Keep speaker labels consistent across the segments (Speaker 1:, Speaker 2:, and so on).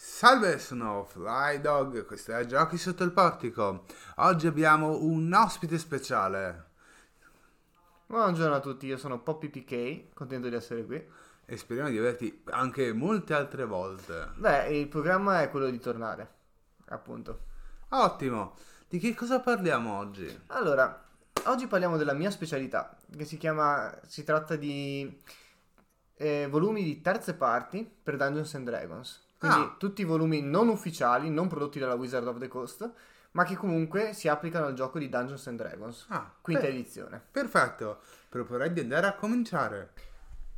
Speaker 1: Salve, sono Fly Dog, questo è Giochi sotto il portico. Oggi abbiamo un ospite speciale
Speaker 2: Buongiorno a tutti, io sono Poppy PK, contento di essere qui.
Speaker 1: e speriamo di averti anche molte altre volte.
Speaker 2: Beh, il programma è quello di tornare, appunto.
Speaker 1: Ottimo! Di che cosa parliamo oggi?
Speaker 2: Allora, oggi parliamo della mia specialità, che si chiama, si tratta di eh, volumi di terze parti per Dungeons and Dragons. Quindi
Speaker 1: Ah.
Speaker 2: tutti i volumi non ufficiali, non prodotti dalla Wizard of the Coast, ma che comunque si applicano al gioco di Dungeons and Dragons,
Speaker 1: Ah,
Speaker 2: quinta
Speaker 1: per-
Speaker 2: edizione.
Speaker 1: perfetto, proporrei di andare a cominciare.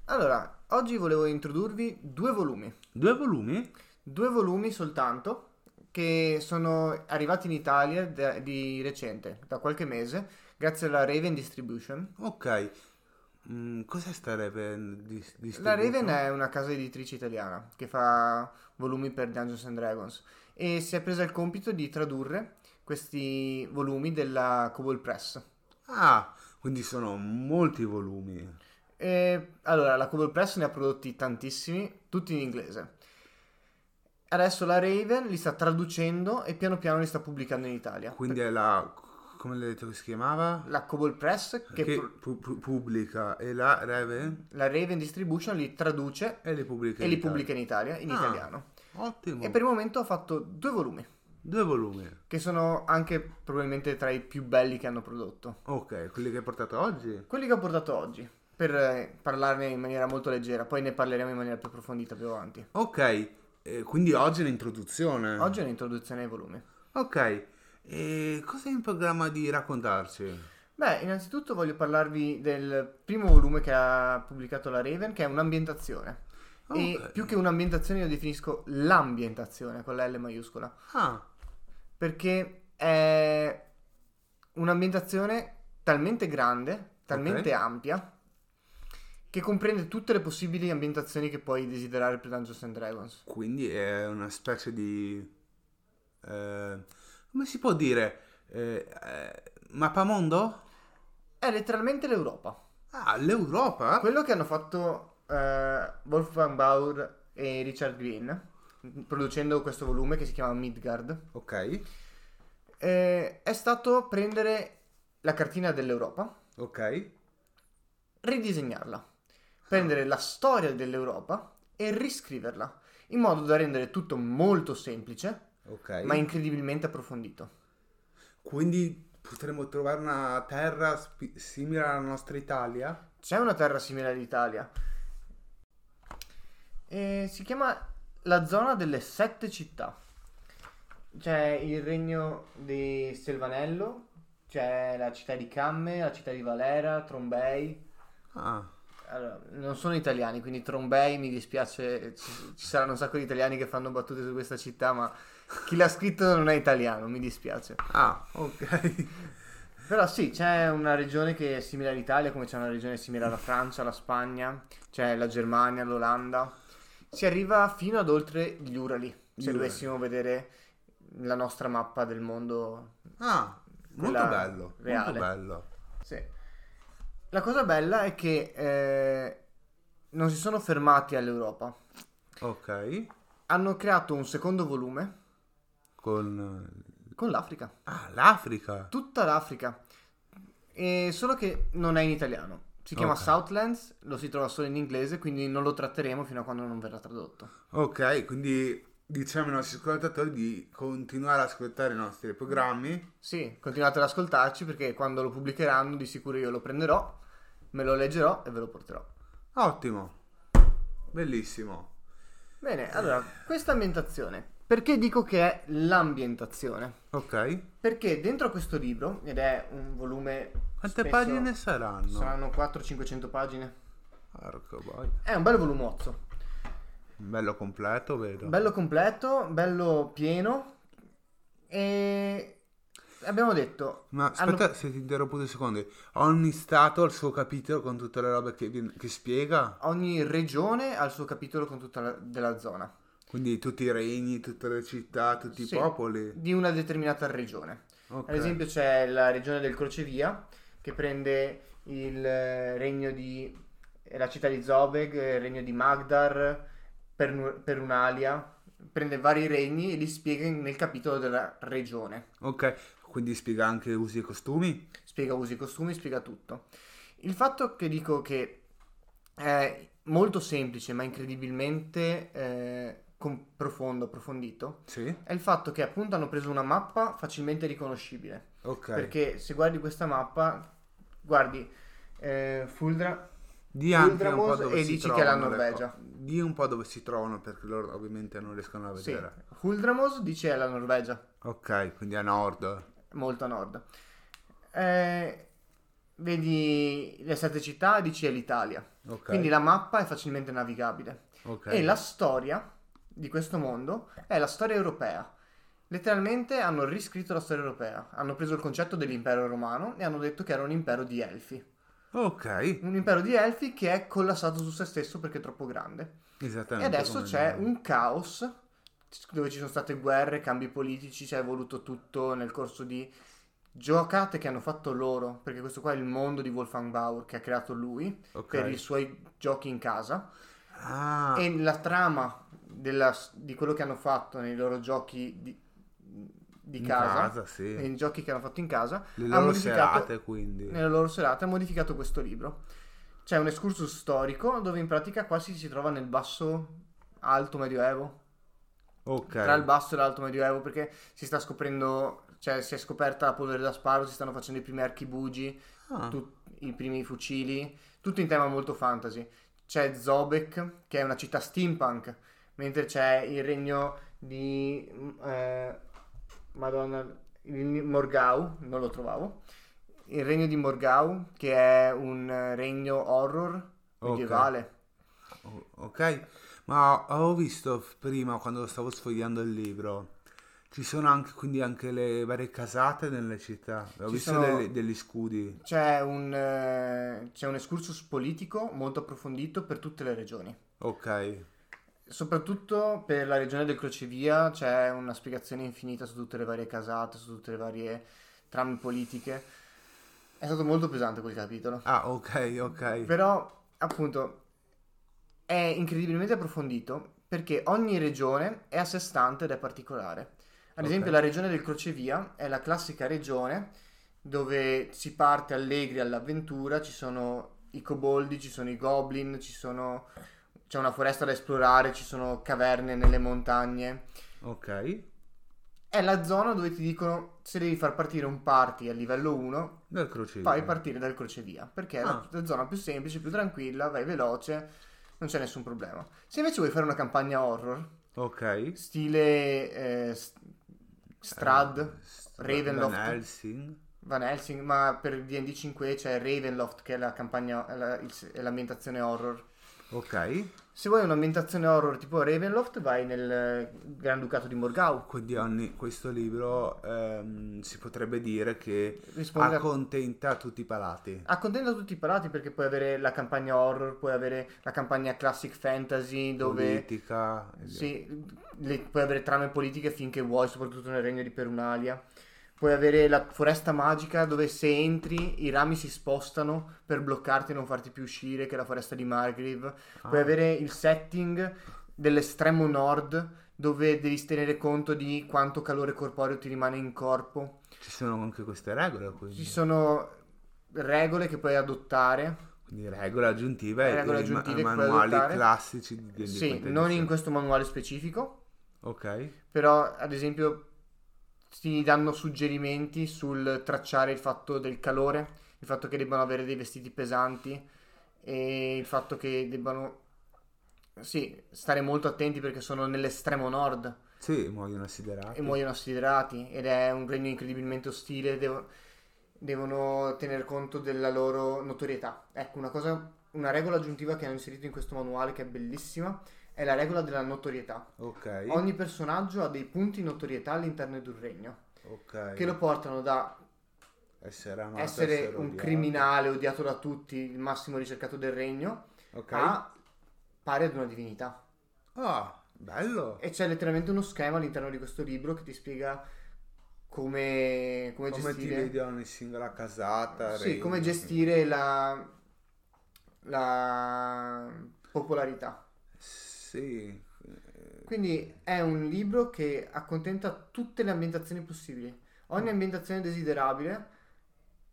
Speaker 2: Allora, oggi volevo introdurvi due volumi.
Speaker 1: Due volumi?
Speaker 2: due volumi soltanto che sono arrivati in Italia da- di recente, da qualche mese, grazie alla Raven Distribution.
Speaker 1: Ok. Mm, cos'è sta Raven? Dis-
Speaker 2: La
Speaker 1: distribution?
Speaker 2: Raven è una casa editrice italiana che fa volumi per Dungeons and Dragons e si è presa il compito di tradurre questi volumi della Cobol Press.
Speaker 1: Ah, quindi sono molti volumi.
Speaker 2: E, allora, la Cobol Press ne ha prodotti tantissimi, tutti in inglese. Adesso la Raven li sta traducendo e piano piano li sta pubblicando in Italia.
Speaker 1: Quindi è la... come l'hai detto che si chiamava?
Speaker 2: La Cobol Press
Speaker 1: che,
Speaker 2: che, pro-
Speaker 1: pu- pu- pubblica e la Raven
Speaker 2: la Raven Distribution li traduce
Speaker 1: e li pubblica
Speaker 2: e
Speaker 1: in
Speaker 2: li
Speaker 1: Italia.
Speaker 2: pubblica in Italia, in
Speaker 1: Ah.
Speaker 2: italiano.
Speaker 1: ottimo
Speaker 2: E per il momento ho fatto due volumi,
Speaker 1: due volumi
Speaker 2: che sono anche probabilmente tra i più belli che hanno prodotto.
Speaker 1: ok quelli che hai portato oggi
Speaker 2: Quelli che ho portato oggi, per eh, parlarne in maniera molto leggera, poi ne parleremo in maniera più approfondita più avanti.
Speaker 1: ok eh, quindi oggi è l'introduzione
Speaker 2: Oggi è un'introduzione ai volumi.
Speaker 1: ok e cosa hai in programma di raccontarci
Speaker 2: Beh, innanzitutto voglio parlarvi del primo volume che ha pubblicato la Raven, che è un'ambientazione.
Speaker 1: Ok.
Speaker 2: E più che un'ambientazione io definisco l'ambientazione, con la L maiuscola.
Speaker 1: ah
Speaker 2: perché è un'ambientazione talmente grande, talmente
Speaker 1: Ok.
Speaker 2: ampia, che comprende tutte le possibili ambientazioni che puoi desiderare per Dungeons and Dragons.
Speaker 1: quindi è una specie di eh, come si può dire eh, eh, mappamondo
Speaker 2: È letteralmente l'Europa.
Speaker 1: ah l'Europa
Speaker 2: Quello che hanno fatto eh, Wolfgang Baur e Richard Green, producendo questo volume che si chiama Midgard,
Speaker 1: ok
Speaker 2: eh, è stato prendere la cartina dell'Europa,
Speaker 1: ok
Speaker 2: ridisegnarla, prendere la storia dell'Europa e riscriverla, in modo da rendere tutto molto semplice,
Speaker 1: ok
Speaker 2: ma incredibilmente approfondito.
Speaker 1: Quindi potremmo trovare una terra spi- simile alla nostra Italia?
Speaker 2: C'è una terra simile all'Italia. E si chiama la zona delle sette città. C'è il regno di Selvanello, c'è la città di Camme, la città di Valera, Trombei.
Speaker 1: Ah,
Speaker 2: Allora, non sono italiani, quindi Trombei mi dispiace, ci, ci saranno un sacco di italiani che fanno battute su questa città, ma chi l'ha scritto non è italiano, mi dispiace.
Speaker 1: ah ok.
Speaker 2: Però sì, c'è una regione che è simile all'Italia, come c'è una regione simile alla Francia, alla Spagna, c'è la Germania, l'Olanda. Si arriva fino ad oltre gli Urali,
Speaker 1: Gli
Speaker 2: se
Speaker 1: Urali.
Speaker 2: dovessimo vedere la nostra mappa del mondo
Speaker 1: Ah, molto
Speaker 2: Quella
Speaker 1: bello,
Speaker 2: reale.
Speaker 1: molto bello.
Speaker 2: Sì. La cosa bella è che eh, non si sono fermati all'Europa.
Speaker 1: Ok,
Speaker 2: Hanno creato un secondo volume
Speaker 1: con eh,
Speaker 2: con l'Africa.
Speaker 1: ah, l'Africa.
Speaker 2: Tutta l'Africa. E solo che non è in italiano. Si chiama
Speaker 1: Ok.
Speaker 2: Southlands, lo si trova solo in inglese, quindi non lo tratteremo fino a quando non verrà tradotto.
Speaker 1: Ok, quindi diciamo ai nostri ascoltatori di continuare ad ascoltare i nostri programmi.
Speaker 2: Sì, continuate ad ascoltarci perché quando lo pubblicheranno di sicuro io lo prenderò, me lo leggerò e ve lo porterò.
Speaker 1: Ottimo. Bellissimo.
Speaker 2: Bene, allora, questa ambientazione. Perché dico che è l'ambientazione?
Speaker 1: Ok.
Speaker 2: Perché dentro questo libro, ed è un volume...
Speaker 1: Quante
Speaker 2: spesso-
Speaker 1: pagine saranno?
Speaker 2: Saranno 400-500 pagine.
Speaker 1: Porco boia.
Speaker 2: È un bel volumozzo,
Speaker 1: Bello completo, vedo.
Speaker 2: bello completo, bello pieno e abbiamo detto...
Speaker 1: Ma
Speaker 2: hanno-
Speaker 1: aspetta, se ti interrompo due secondi. Ogni stato ha il suo capitolo con tutte le robe che, viene- che spiega.
Speaker 2: Ogni regione ha il suo capitolo con tutta la della zona,
Speaker 1: Quindi tutti i regni, tutte le città, tutti
Speaker 2: Sì.
Speaker 1: i popoli.
Speaker 2: di una determinata regione.
Speaker 1: Ok.
Speaker 2: Ad esempio c'è la regione del Crocevia che prende il eh, regno di... eh, la città di Zobeg, il regno di Magdar, Pernu- Perunalia, prende vari regni e li spiega in- nel capitolo della regione.
Speaker 1: Ok, quindi spiega anche usi e costumi.
Speaker 2: Spiega usi e costumi, spiega tutto. Il fatto che dico che è molto semplice ma incredibilmente eh, com- profondo, approfondito,
Speaker 1: Sì.
Speaker 2: è il fatto che appunto hanno preso una mappa facilmente riconoscibile.
Speaker 1: Ok.
Speaker 2: Perché se guardi questa mappa, guardi eh, Fuldra,
Speaker 1: Di anche un po'
Speaker 2: Guldramos
Speaker 1: dove
Speaker 2: e
Speaker 1: si
Speaker 2: dici che è
Speaker 1: trovano
Speaker 2: la
Speaker 1: le
Speaker 2: Norvegia.
Speaker 1: co- Di un po' dove si trovano perché loro ovviamente non riescono a
Speaker 2: sì,
Speaker 1: vedere.
Speaker 2: Huldramos dice è la Norvegia,
Speaker 1: Ok, quindi a nord.
Speaker 2: molto a nord. Eh, vedi le sette città, dice è l'Italia.
Speaker 1: Ok.
Speaker 2: Quindi la mappa è facilmente navigabile.
Speaker 1: ok.
Speaker 2: E la storia di questo mondo è la storia europea. Letteralmente hanno riscritto la storia europea. Hanno preso il concetto dell'impero romano e hanno detto che era un impero di elfi.
Speaker 1: Ok,
Speaker 2: Un impero di elfi che è collassato su se stesso perché è troppo grande. E
Speaker 1: esattamente.
Speaker 2: adesso
Speaker 1: come-
Speaker 2: c'è un caos dove ci sono state guerre, cambi politici, c'è evoluto tutto nel corso di giocate che hanno fatto loro, perché questo qua è il mondo di Wolfgang Bauer che ha creato lui
Speaker 1: Ok.
Speaker 2: per i suoi giochi in casa
Speaker 1: Ah,
Speaker 2: e la trama della- di quello che hanno fatto nei loro giochi di, di
Speaker 1: in
Speaker 2: casa,
Speaker 1: sì.
Speaker 2: nei giochi che hanno fatto in casa,
Speaker 1: Le
Speaker 2: ha
Speaker 1: loro
Speaker 2: modificato
Speaker 1: serate, quindi.
Speaker 2: nella loro serata ha modificato questo libro. C'è un excursus storico dove in pratica quasi si trova nel basso alto medioevo,
Speaker 1: Ok.
Speaker 2: tra il basso e l'alto medioevo, perché si sta scoprendo, cioè si è scoperta la polvere da sparo, si stanno facendo i primi archibugi,
Speaker 1: Ah,
Speaker 2: tu- i primi fucili, tutto in tema molto fantasy. C'è Zobek, che è una città steampunk, mentre c'è il regno di eh, Madonna il Morgau, non lo trovavo. Il regno di Morgau, che è un eh, regno horror
Speaker 1: Ok.
Speaker 2: medievale.
Speaker 1: o- Oh, ok. Ma avevo visto f- prima quando stavo sfogliando il libro. Ci sono anche quindi anche le varie casate nelle città. Ho
Speaker 2: Ci
Speaker 1: visto
Speaker 2: sono-
Speaker 1: delle- degli scudi.
Speaker 2: C'è un, eh, c'è un excursus politico molto approfondito per tutte le regioni.
Speaker 1: Ok.
Speaker 2: Soprattutto per la regione del crocevia c'è una spiegazione infinita su tutte le varie casate, su tutte le varie trame politiche. È stato molto pesante quel capitolo.
Speaker 1: Ah, ok, ok.
Speaker 2: Però, appunto, è incredibilmente approfondito perché ogni regione è a sé stante ed è particolare. Ad
Speaker 1: Ok.
Speaker 2: esempio, la regione del crocevia è la classica regione dove si parte allegri all'avventura, ci sono i coboldi, ci sono i goblin, ci sono... c'è una foresta da esplorare, ci sono caverne nelle montagne.
Speaker 1: Ok.
Speaker 2: È la zona dove ti dicono se devi far partire un party a livello 1
Speaker 1: Dal crocevia.
Speaker 2: poi partire dal crocevia perché è
Speaker 1: Ah.
Speaker 2: la, la zona più semplice, più tranquilla, vai veloce, non c'è nessun problema. Se invece vuoi fare una campagna horror,
Speaker 1: Ok.
Speaker 2: stile eh, s- Strad, Ravenloft.
Speaker 1: Van Eh, Helsing.
Speaker 2: Van Helsing, ma per D&D 5 c'è Ravenloft che è la campagna, è la- il- è l'ambientazione horror.
Speaker 1: Ok.
Speaker 2: Se vuoi un'ambientazione horror tipo Ravenloft, vai nel eh, Granducato di Morgau.
Speaker 1: Quindi Anni, questo libro ehm, si potrebbe dire che
Speaker 2: Risponde a
Speaker 1: accontenta tutti i palati.
Speaker 2: Accontenta tutti i palati perché puoi avere la campagna horror, puoi avere la campagna classic fantasy dove
Speaker 1: Politica. eh, e via.
Speaker 2: Sì, le- puoi avere trame politiche finché vuoi, soprattutto nel regno di Perunalia. Puoi avere la foresta magica dove se entri i rami si spostano per bloccarti e non farti più uscire, che è la foresta di Margrave. Puoi
Speaker 1: Ah,
Speaker 2: avere il setting dell'estremo nord dove devi tenere conto di quanto calore corporeo ti rimane in corpo.
Speaker 1: ah, Ci sono anche queste regole, quindi,
Speaker 2: Ci sono regole che puoi adottare.
Speaker 1: quindi regole aggiuntive
Speaker 2: Regole
Speaker 1: e i ma-
Speaker 2: aggiuntive che puoi
Speaker 1: manuali
Speaker 2: adottare.
Speaker 1: classici di D&D
Speaker 2: Sì,
Speaker 1: Fantasy.
Speaker 2: non in questo manuale specifico,
Speaker 1: Ok,
Speaker 2: però ad esempio ti danno suggerimenti sul tracciare il fatto del calore, il fatto che debbano avere dei vestiti pesanti e il fatto che debbano sì, stare molto attenti perché sono nell'estremo nord
Speaker 1: sì, muoiono assiderati.
Speaker 2: e muoiono assiderati ed è un regno incredibilmente ostile, devo- devono tener conto della loro notorietà. Ecco, una cosa, una regola aggiuntiva che hanno inserito in questo manuale che è bellissima è la regola della notorietà.
Speaker 1: Ok,
Speaker 2: Ogni personaggio ha dei punti notorietà all'interno di un regno
Speaker 1: ok.
Speaker 2: che lo portano da
Speaker 1: Essere amato,
Speaker 2: essere un
Speaker 1: odiato.
Speaker 2: criminale odiato da tutti, il massimo ricercato del regno,
Speaker 1: Ok.
Speaker 2: a pari ad una divinità.
Speaker 1: Ah, bello.
Speaker 2: E c'è letteralmente uno schema all'interno di questo libro che ti spiega come, come
Speaker 1: Come ti
Speaker 2: gestire,
Speaker 1: vedi ogni singola casata.
Speaker 2: sì,
Speaker 1: regno,
Speaker 2: come
Speaker 1: quindi.
Speaker 2: gestire la, la popolarità.
Speaker 1: Sì. eh,
Speaker 2: Quindi è un libro che accontenta tutte le ambientazioni possibili, ogni ambientazione desiderabile,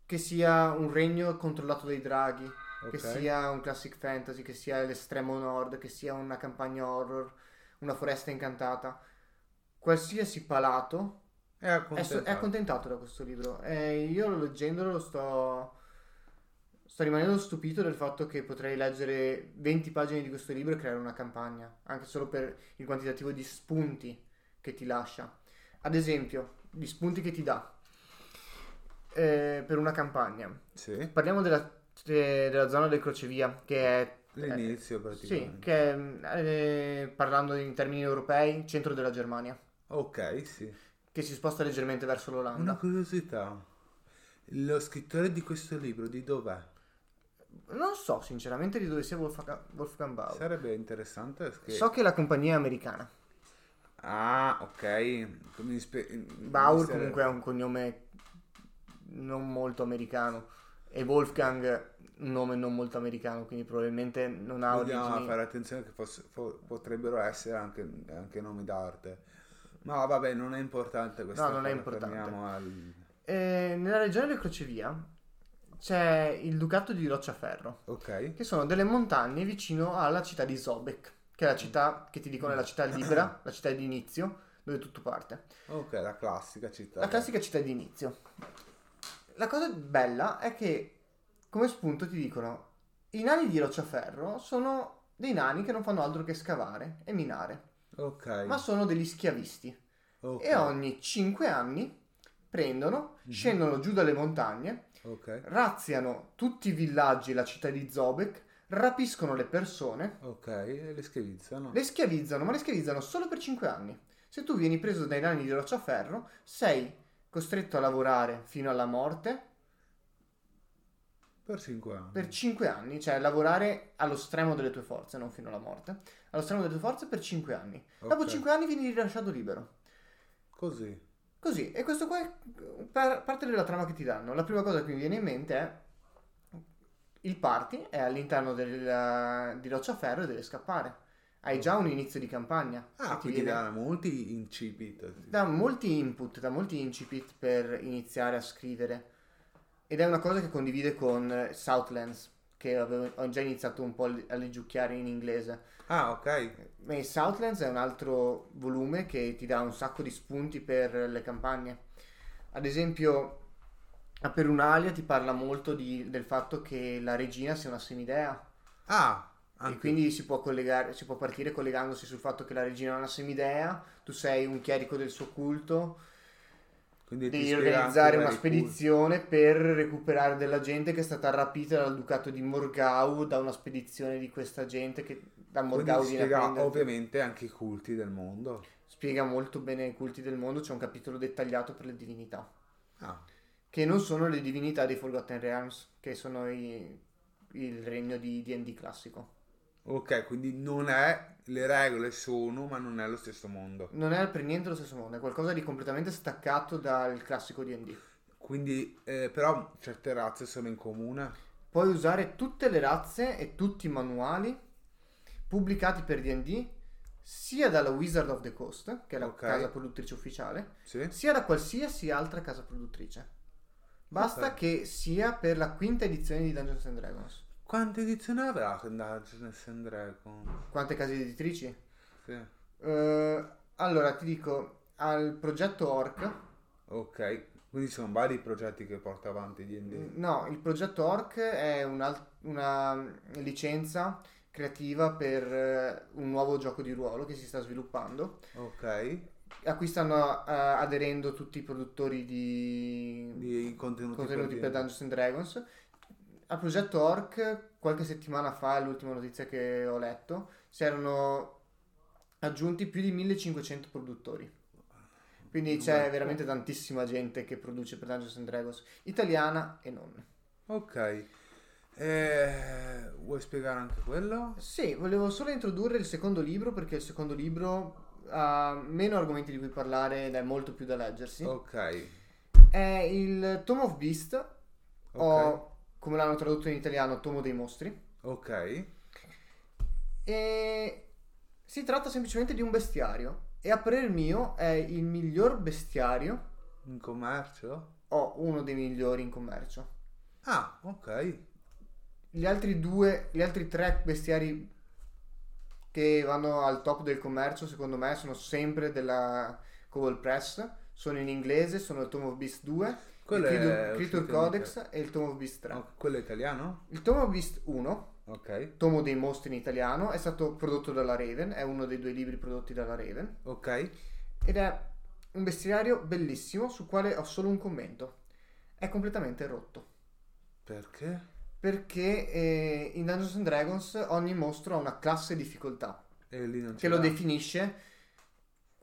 Speaker 2: che sia un regno controllato dai draghi,
Speaker 1: ok.
Speaker 2: che sia un classic fantasy, che sia l'estremo nord, che sia una campagna horror, una foresta incantata. Qualsiasi palato
Speaker 1: È
Speaker 2: è, so- è
Speaker 1: accontentato.
Speaker 2: accontentato da questo libro. E io leggendolo sto, sto rimanendo stupito del fatto che potrei leggere 20 pagine di questo libro e creare una campagna, anche solo per il quantitativo di spunti che ti lascia. Ad esempio, gli spunti che ti dà eh, per una campagna.
Speaker 1: Sì,
Speaker 2: Parliamo della, eh, della zona del crocevia, che è... eh,
Speaker 1: l'inizio praticamente.
Speaker 2: Sì, che è, eh, parlando in termini europei, centro della Germania,
Speaker 1: Ok, sì.
Speaker 2: che si sposta leggermente verso l'Olanda.
Speaker 1: Una curiosità. Lo scrittore di questo libro di dov'è?
Speaker 2: Non so sinceramente di dove sia Wolfga- Wolfgang Bau.
Speaker 1: Sarebbe interessante che...
Speaker 2: So che la compagnia è americana.
Speaker 1: Ah, ok. Come mi spe- mi
Speaker 2: Baur
Speaker 1: sare-
Speaker 2: comunque ha un cognome non molto americano e Wolfgang un nome non molto americano, quindi probabilmente non ha
Speaker 1: Dobbiamo
Speaker 2: origini.
Speaker 1: fare attenzione che fosse- fo- potrebbero essere anche, anche nomi d'arte. Ma vabbè, non è importante questa
Speaker 2: non
Speaker 1: cosa,
Speaker 2: è importante.
Speaker 1: torniamo al-
Speaker 2: Eh, nella regione del Crocevia c'è il Ducato di Rocciaferro,
Speaker 1: Ok.
Speaker 2: che sono delle montagne vicino alla città di Sobek, che è la città che ti dicono è la città libera, la città di inizio, dove tutto parte.
Speaker 1: Ok, la classica città.
Speaker 2: La classica città di inizio. La cosa bella è che, come spunto, ti dicono: i nani di rocciaferro sono dei nani che non fanno altro che scavare e minare,
Speaker 1: Ok.
Speaker 2: ma sono degli schiavisti.
Speaker 1: ok,
Speaker 2: E ogni 5 anni prendono,
Speaker 1: Mhm.
Speaker 2: scendono giù dalle montagne,
Speaker 1: Ok.
Speaker 2: razziano tutti i villaggi e la città di Zobek, rapiscono le persone,
Speaker 1: Ok, e le schiavizzano.
Speaker 2: le schiavizzano, ma le schiavizzano solo per 5 anni. Se tu vieni preso dai nani di rocciaferro, sei costretto a lavorare fino alla morte
Speaker 1: Per 5 anni.
Speaker 2: per 5 anni, cioè lavorare allo stremo delle tue forze, non fino alla morte, allo stremo delle tue forze per 5 anni. Dopo
Speaker 1: Ok,
Speaker 2: 5 anni vieni rilasciato libero.
Speaker 1: Così.
Speaker 2: Così, e questo qua è eh, par- parte della trama che ti danno. La prima cosa che mi viene in mente è il party è all'interno della- di Rocciaferro e deve scappare. Hai già un inizio di campagna.
Speaker 1: Ah,
Speaker 2: che ti
Speaker 1: quindi
Speaker 2: viene-
Speaker 1: danno molti incipit.
Speaker 2: da molti input, da molti incipit per iniziare a scrivere. Ed è una cosa che condivide con eh, Southlands, che avevo- ho già iniziato un po' a li- a leggiucchiare in inglese.
Speaker 1: Ah, ok.
Speaker 2: E Southlands è un altro volume che ti dà un sacco di spunti per le campagne. Ad esempio, a Perunalia ti parla molto di- del fatto che la regina sia una semidea.
Speaker 1: Ah,
Speaker 2: E
Speaker 1: anche-
Speaker 2: quindi si può, collegare, si può partire collegandosi sul fatto che la regina è una semidea, tu sei un chierico del suo culto,
Speaker 1: quindi ti
Speaker 2: devi
Speaker 1: ispira anche
Speaker 2: organizzare una
Speaker 1: vari
Speaker 2: spedizione per recuperare della gente che è stata rapita dal ducato di Morgau da una spedizione di questa gente che da
Speaker 1: culti.
Speaker 2: Morgau
Speaker 1: Quindi
Speaker 2: viene a
Speaker 1: spiega
Speaker 2: prendere.
Speaker 1: ovviamente anche i culti del mondo.
Speaker 2: Spiega molto bene i culti del mondo, c'è un capitolo dettagliato per le divinità,
Speaker 1: Ah,
Speaker 2: che non sono le divinità dei Forgotten Realms, che sono i- il regno di D&D classico.
Speaker 1: ok, quindi non è... Le regole sono, ma non è lo stesso mondo.
Speaker 2: Non è per niente lo stesso mondo, è qualcosa di completamente staccato dal classico D&D.
Speaker 1: Quindi, eh, però, certe razze sono in comune.
Speaker 2: Puoi usare tutte le razze e tutti i manuali pubblicati per D&D sia dalla Wizard of the Coast, che è la
Speaker 1: Ok.
Speaker 2: casa produttrice ufficiale,
Speaker 1: Sì?
Speaker 2: sia da qualsiasi altra casa produttrice. Basta
Speaker 1: Ok.
Speaker 2: che sia per la quinta edizione di Dungeons and Dragons.
Speaker 1: Quante edizioni avrà Dungeons and Dragons?
Speaker 2: Quante case editrici?
Speaker 1: Sì.
Speaker 2: Eh, allora, ti dico, al progetto Orc,
Speaker 1: Ok, quindi sono vari i progetti che porta avanti D&D.
Speaker 2: No, il progetto Orc è un al- una mm, licenza creativa per eh, un nuovo gioco di ruolo che si sta sviluppando,
Speaker 1: Ok,
Speaker 2: a cui stanno eh, aderendo tutti i produttori di
Speaker 1: di contenuti,
Speaker 2: contenuti per
Speaker 1: D&D.
Speaker 2: Dungeons and Dragons. Al progetto Orc, qualche settimana fa, è l'ultima notizia che ho letto, si erano aggiunti più di 1500 produttori. Quindi c'è veramente
Speaker 1: certo.
Speaker 2: tantissima gente che produce per Dungeons and Dragons, italiana e non.
Speaker 1: Ok, Eh, vuoi spiegare anche quello?
Speaker 2: Sì, volevo solo introdurre il secondo libro perché il secondo libro ha meno argomenti di cui parlare ed è molto più da leggersi.
Speaker 1: Ok,
Speaker 2: È il Tome of Beast,
Speaker 1: ok,
Speaker 2: o come l'hanno tradotto in italiano, Tomo dei mostri.
Speaker 1: ok,
Speaker 2: E Si tratta semplicemente di un bestiario e a parer mio è il miglior bestiario
Speaker 1: In commercio?
Speaker 2: o uno dei migliori in commercio.
Speaker 1: Ah, ok.
Speaker 2: Gli altri due, gli altri tre bestiari che vanno al top del commercio, secondo me, sono sempre della Cobalt Press. Sono in inglese, sono il Tome of Beast 2,
Speaker 1: Quello
Speaker 2: il
Speaker 1: è
Speaker 2: Creature-
Speaker 1: uscito
Speaker 2: Creature
Speaker 1: in-
Speaker 2: Codex e il Tome of Beast 3.
Speaker 1: No, quello è italiano?
Speaker 2: Il Tome of Beast 1
Speaker 1: Ok.
Speaker 2: Tomo dei mostri in italiano, è stato prodotto dalla Raven, è uno dei due libri prodotti dalla Raven,
Speaker 1: Ok.
Speaker 2: ed è un bestiario bellissimo sul quale ho solo un commento. È completamente rotto,
Speaker 1: Perché?
Speaker 2: perché eh, in Dungeons and Dragons ogni mostro ha una classe difficoltà,
Speaker 1: E lì non
Speaker 2: che
Speaker 1: c'è.
Speaker 2: lo definisce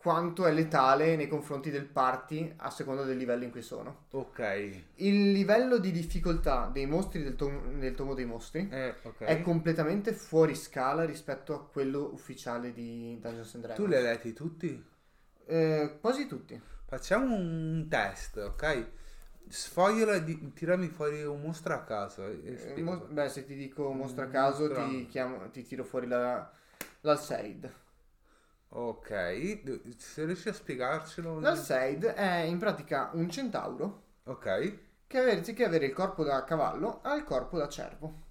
Speaker 2: quanto è letale nei confronti del party a seconda del livello in cui sono.
Speaker 1: Ok. Eh,
Speaker 2: Il livello di difficoltà dei mostri del, tom- del Tomo dei Mostri
Speaker 1: Eh, ok.
Speaker 2: è completamente fuori scala rispetto a quello ufficiale di Dungeons and Dragons.
Speaker 1: Tu li hai letti tutti?
Speaker 2: Eh, quasi tutti.
Speaker 1: Facciamo un test, ok? Sfogliola di tirami fuori un mostro a caso. e- e
Speaker 2: Eh,
Speaker 1: spiega.
Speaker 2: mo- beh, se ti dico mostra a
Speaker 1: Mm,
Speaker 2: caso,
Speaker 1: mostra.
Speaker 2: ti, chiamo- ti tiro fuori la, l'Alseid.
Speaker 1: ok, d- se riesci a spiegarcelo.
Speaker 2: L'Alseid è in pratica un centauro
Speaker 1: Ok.
Speaker 2: che ave- anziché avere il corpo da cavallo ha il corpo da cervo.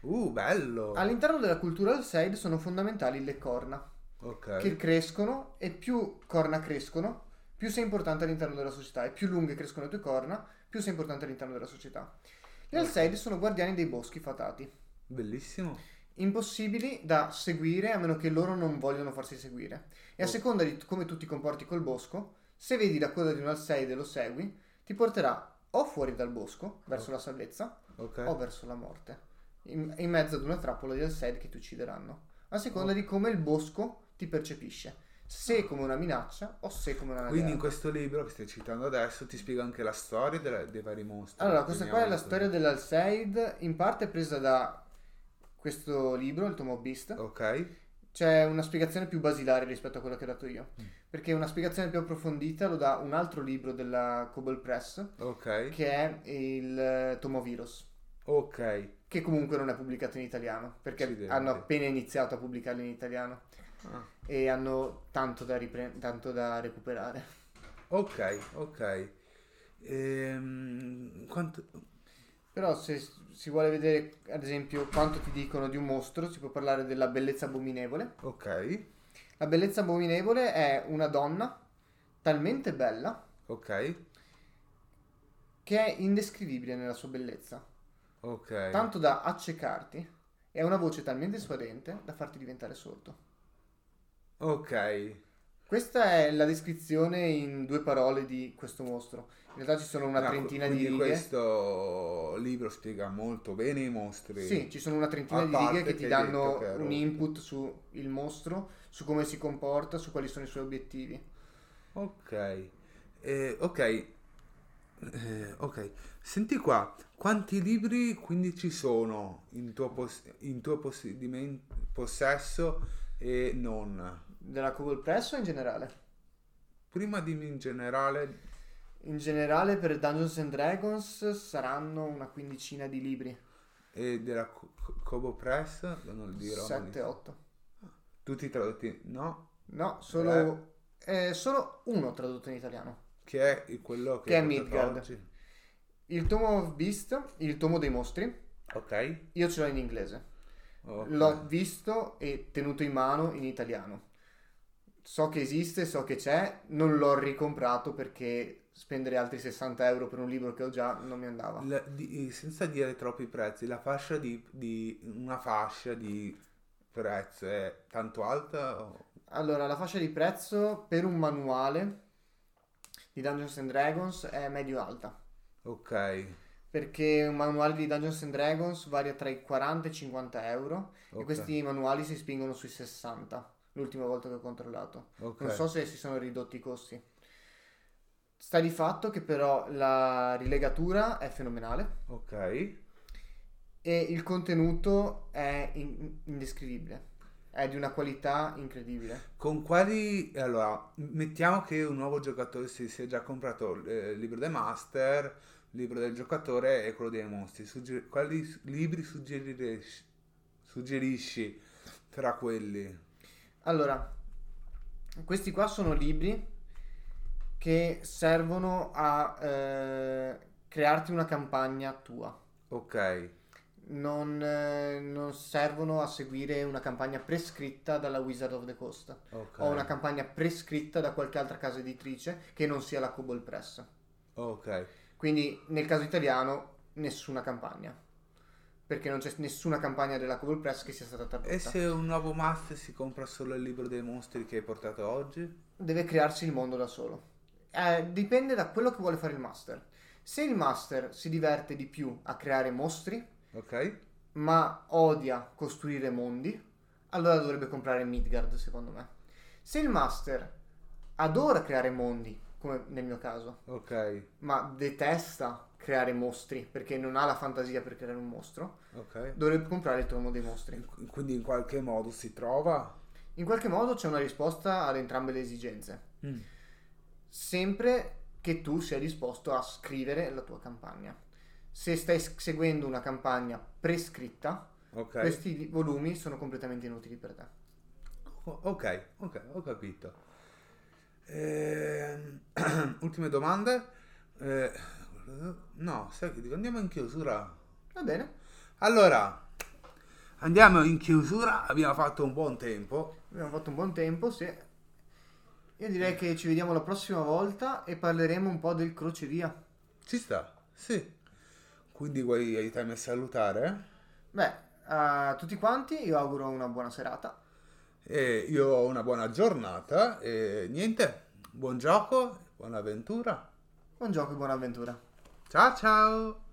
Speaker 1: Uh, bello.
Speaker 2: All'interno della cultura Alseid sono fondamentali le corna,
Speaker 1: ok.
Speaker 2: che crescono e più corna crescono, più sei importante all'interno della società e più lunghe crescono le tue corna, più sei importante all'interno della società. Gli Alseid sono guardiani dei boschi fatati.
Speaker 1: Bellissimo.
Speaker 2: impossibili da seguire a meno che loro non vogliono farsi seguire. E a
Speaker 1: Oh.
Speaker 2: seconda di come tu ti comporti col bosco, se vedi la coda di un alseide e lo segui, ti porterà o fuori dal bosco, verso la salvezza,
Speaker 1: Ok.
Speaker 2: o verso la morte, in, in mezzo ad una trappola di alseide che ti uccideranno, a
Speaker 1: Oh.
Speaker 2: seconda
Speaker 1: Ah.
Speaker 2: di come il bosco ti percepisce, se come una minaccia o se come una
Speaker 1: Quindi in
Speaker 2: guerra.
Speaker 1: questo libro che stai citando adesso ti spiega anche la storia della- dei vari mostri.
Speaker 2: Allora, questa qua è la
Speaker 1: Chiamiamoli
Speaker 2: storia
Speaker 1: così.
Speaker 2: dell'alseide, in parte presa da questo libro, il Tomo Beast,
Speaker 1: Oh. Ok.
Speaker 2: c'è una spiegazione più basilare rispetto a quella che ho dato io.
Speaker 1: Mm.
Speaker 2: Perché una spiegazione più approfondita lo dà un altro libro della Cobalt Press,
Speaker 1: Ok.
Speaker 2: che è il eh, Tomovirus,
Speaker 1: Ok.
Speaker 2: che comunque non è pubblicato in italiano, perché
Speaker 1: Accidenti.
Speaker 2: hanno appena iniziato a pubblicarlo in italiano
Speaker 1: Ah,
Speaker 2: e hanno tanto da, ripre- tanto da recuperare.
Speaker 1: ok, ok. Ehm, quanto...
Speaker 2: Però se s- si vuole vedere, ad esempio, quanto ti dicono di un mostro, si può parlare della bellezza abominevole.
Speaker 1: Ok,
Speaker 2: La bellezza abominevole è una donna talmente bella
Speaker 1: ok,
Speaker 2: che è indescrivibile nella sua bellezza,
Speaker 1: ok.
Speaker 2: tanto da accecarti e ha una voce talmente suadente da farti diventare sordo.
Speaker 1: Ok,
Speaker 2: Questa è la descrizione in due parole di questo mostro. In realtà ci sono una
Speaker 1: Ah,
Speaker 2: trentina di
Speaker 1: quindi
Speaker 2: righe.
Speaker 1: questo libro spiega molto bene i mostri.
Speaker 2: Sì, ci sono una trentina
Speaker 1: A
Speaker 2: di
Speaker 1: parte
Speaker 2: righe che
Speaker 1: che
Speaker 2: ti
Speaker 1: hai
Speaker 2: danno
Speaker 1: detto che è
Speaker 2: un
Speaker 1: rotto.
Speaker 2: input sul mostro, su come si comporta, su quali sono i suoi obiettivi.
Speaker 1: Ok, Eh, ok, Eh, ok. Senti qua, quanti libri quindi ci sono in tuo, pos- in tuo possidimen- possesso e non?
Speaker 2: Della Cobalt Press o in generale?
Speaker 1: Prima dimmi in generale,
Speaker 2: In generale per Dungeons and Dragons saranno una quindicina di libri,
Speaker 1: eh, della Co- Co- Kobo Press, non lo dirò.
Speaker 2: 7-8.
Speaker 1: Tutti tradotti, no?
Speaker 2: No, solo, eh, solo uno tradotto in italiano.
Speaker 1: Che è quello che,
Speaker 2: Che è
Speaker 1: hai portato
Speaker 2: Midgard.
Speaker 1: oggi.
Speaker 2: Il Tomo of Beast, il tomo dei mostri,
Speaker 1: Ok.
Speaker 2: io ce l'ho in inglese.
Speaker 1: Ok.
Speaker 2: L'ho visto e tenuto in mano in italiano. So che esiste, so che c'è, non l'ho ricomprato perché spendere altri 60 euro per un libro che ho già non mi andava.
Speaker 1: La- di- eh, senza dire troppi prezzi, la fascia di, di- una fascia di prezzo è tanto alta? o-
Speaker 2: Allora, la fascia di prezzo per un manuale di Dungeons and Dragons è medio-alta,
Speaker 1: Ok,
Speaker 2: perché un manuale di Dungeons and Dragons varia tra i 40 e i 50 euro. E
Speaker 1: ok,
Speaker 2: questi manuali si spingono sui 60, l'ultima volta che ho controllato.
Speaker 1: ok.
Speaker 2: Non so se si sono ridotti i costi. Sta di fatto che però la rilegatura è fenomenale
Speaker 1: ok,
Speaker 2: e il contenuto è in- indescrivibile. È di una qualità incredibile.
Speaker 1: Con quali... Allora, mettiamo che un nuovo giocatore si sia già comprato eh, il libro dei master, il libro del giocatore e quello dei mostri. Sugge- quali s- libri suggerisci, suggerisci tra quelli?
Speaker 2: Allora, questi qua sono libri che servono a eh, crearti una campagna tua.
Speaker 1: Ok,
Speaker 2: Non, eh, non servono a seguire una campagna prescritta dalla Wizard of the Coast.
Speaker 1: ok.
Speaker 2: Ho una campagna prescritta da qualche altra casa editrice che non sia la Cobol Press.
Speaker 1: ok,
Speaker 2: Quindi nel caso italiano nessuna campagna. Perché non c'è nessuna campagna della Cobol Press che sia stata tradotta.
Speaker 1: e se un nuovo master si compra solo il libro dei mostri che hai portato oggi?
Speaker 2: Deve crearsi il mondo da solo. Eh, dipende da quello che vuole fare il master. Se il master si diverte di più a creare mostri,
Speaker 1: Ok,
Speaker 2: ma odia costruire mondi, allora dovrebbe comprare Midgard, secondo me. Se il master adora creare mondi, come nel mio caso,
Speaker 1: ok,
Speaker 2: ma detesta creare mostri perché non ha la fantasia per creare un mostro,
Speaker 1: ok.
Speaker 2: dovrebbe comprare il tomo dei mostri.
Speaker 1: Qu- Quindi in qualche modo si trova?
Speaker 2: In qualche modo c'è una risposta ad entrambe le esigenze,
Speaker 1: Mm.
Speaker 2: sempre che tu sia disposto a scrivere la tua campagna. Se stai s- seguendo una campagna prescritta,
Speaker 1: Ok.
Speaker 2: questi li- volumi sono completamente inutili per te.
Speaker 1: O- Ok, ok, ho capito. Ehm, ultime domande? Eh, no, sai che dico, andiamo in chiusura.
Speaker 2: Va bene,
Speaker 1: Allora, andiamo in chiusura, abbiamo fatto un buon tempo.
Speaker 2: abbiamo fatto un buon tempo, sì. Io direi che ci vediamo la prossima volta e parleremo un po' del crocevia.
Speaker 1: Ci sta, sì. Quindi vuoi aiutarmi a salutare?
Speaker 2: Beh, a tutti quanti io auguro una buona serata.
Speaker 1: E io ho una buona giornata e niente, buon gioco, buona avventura.
Speaker 2: Buon gioco e buona avventura.
Speaker 1: Ciao ciao!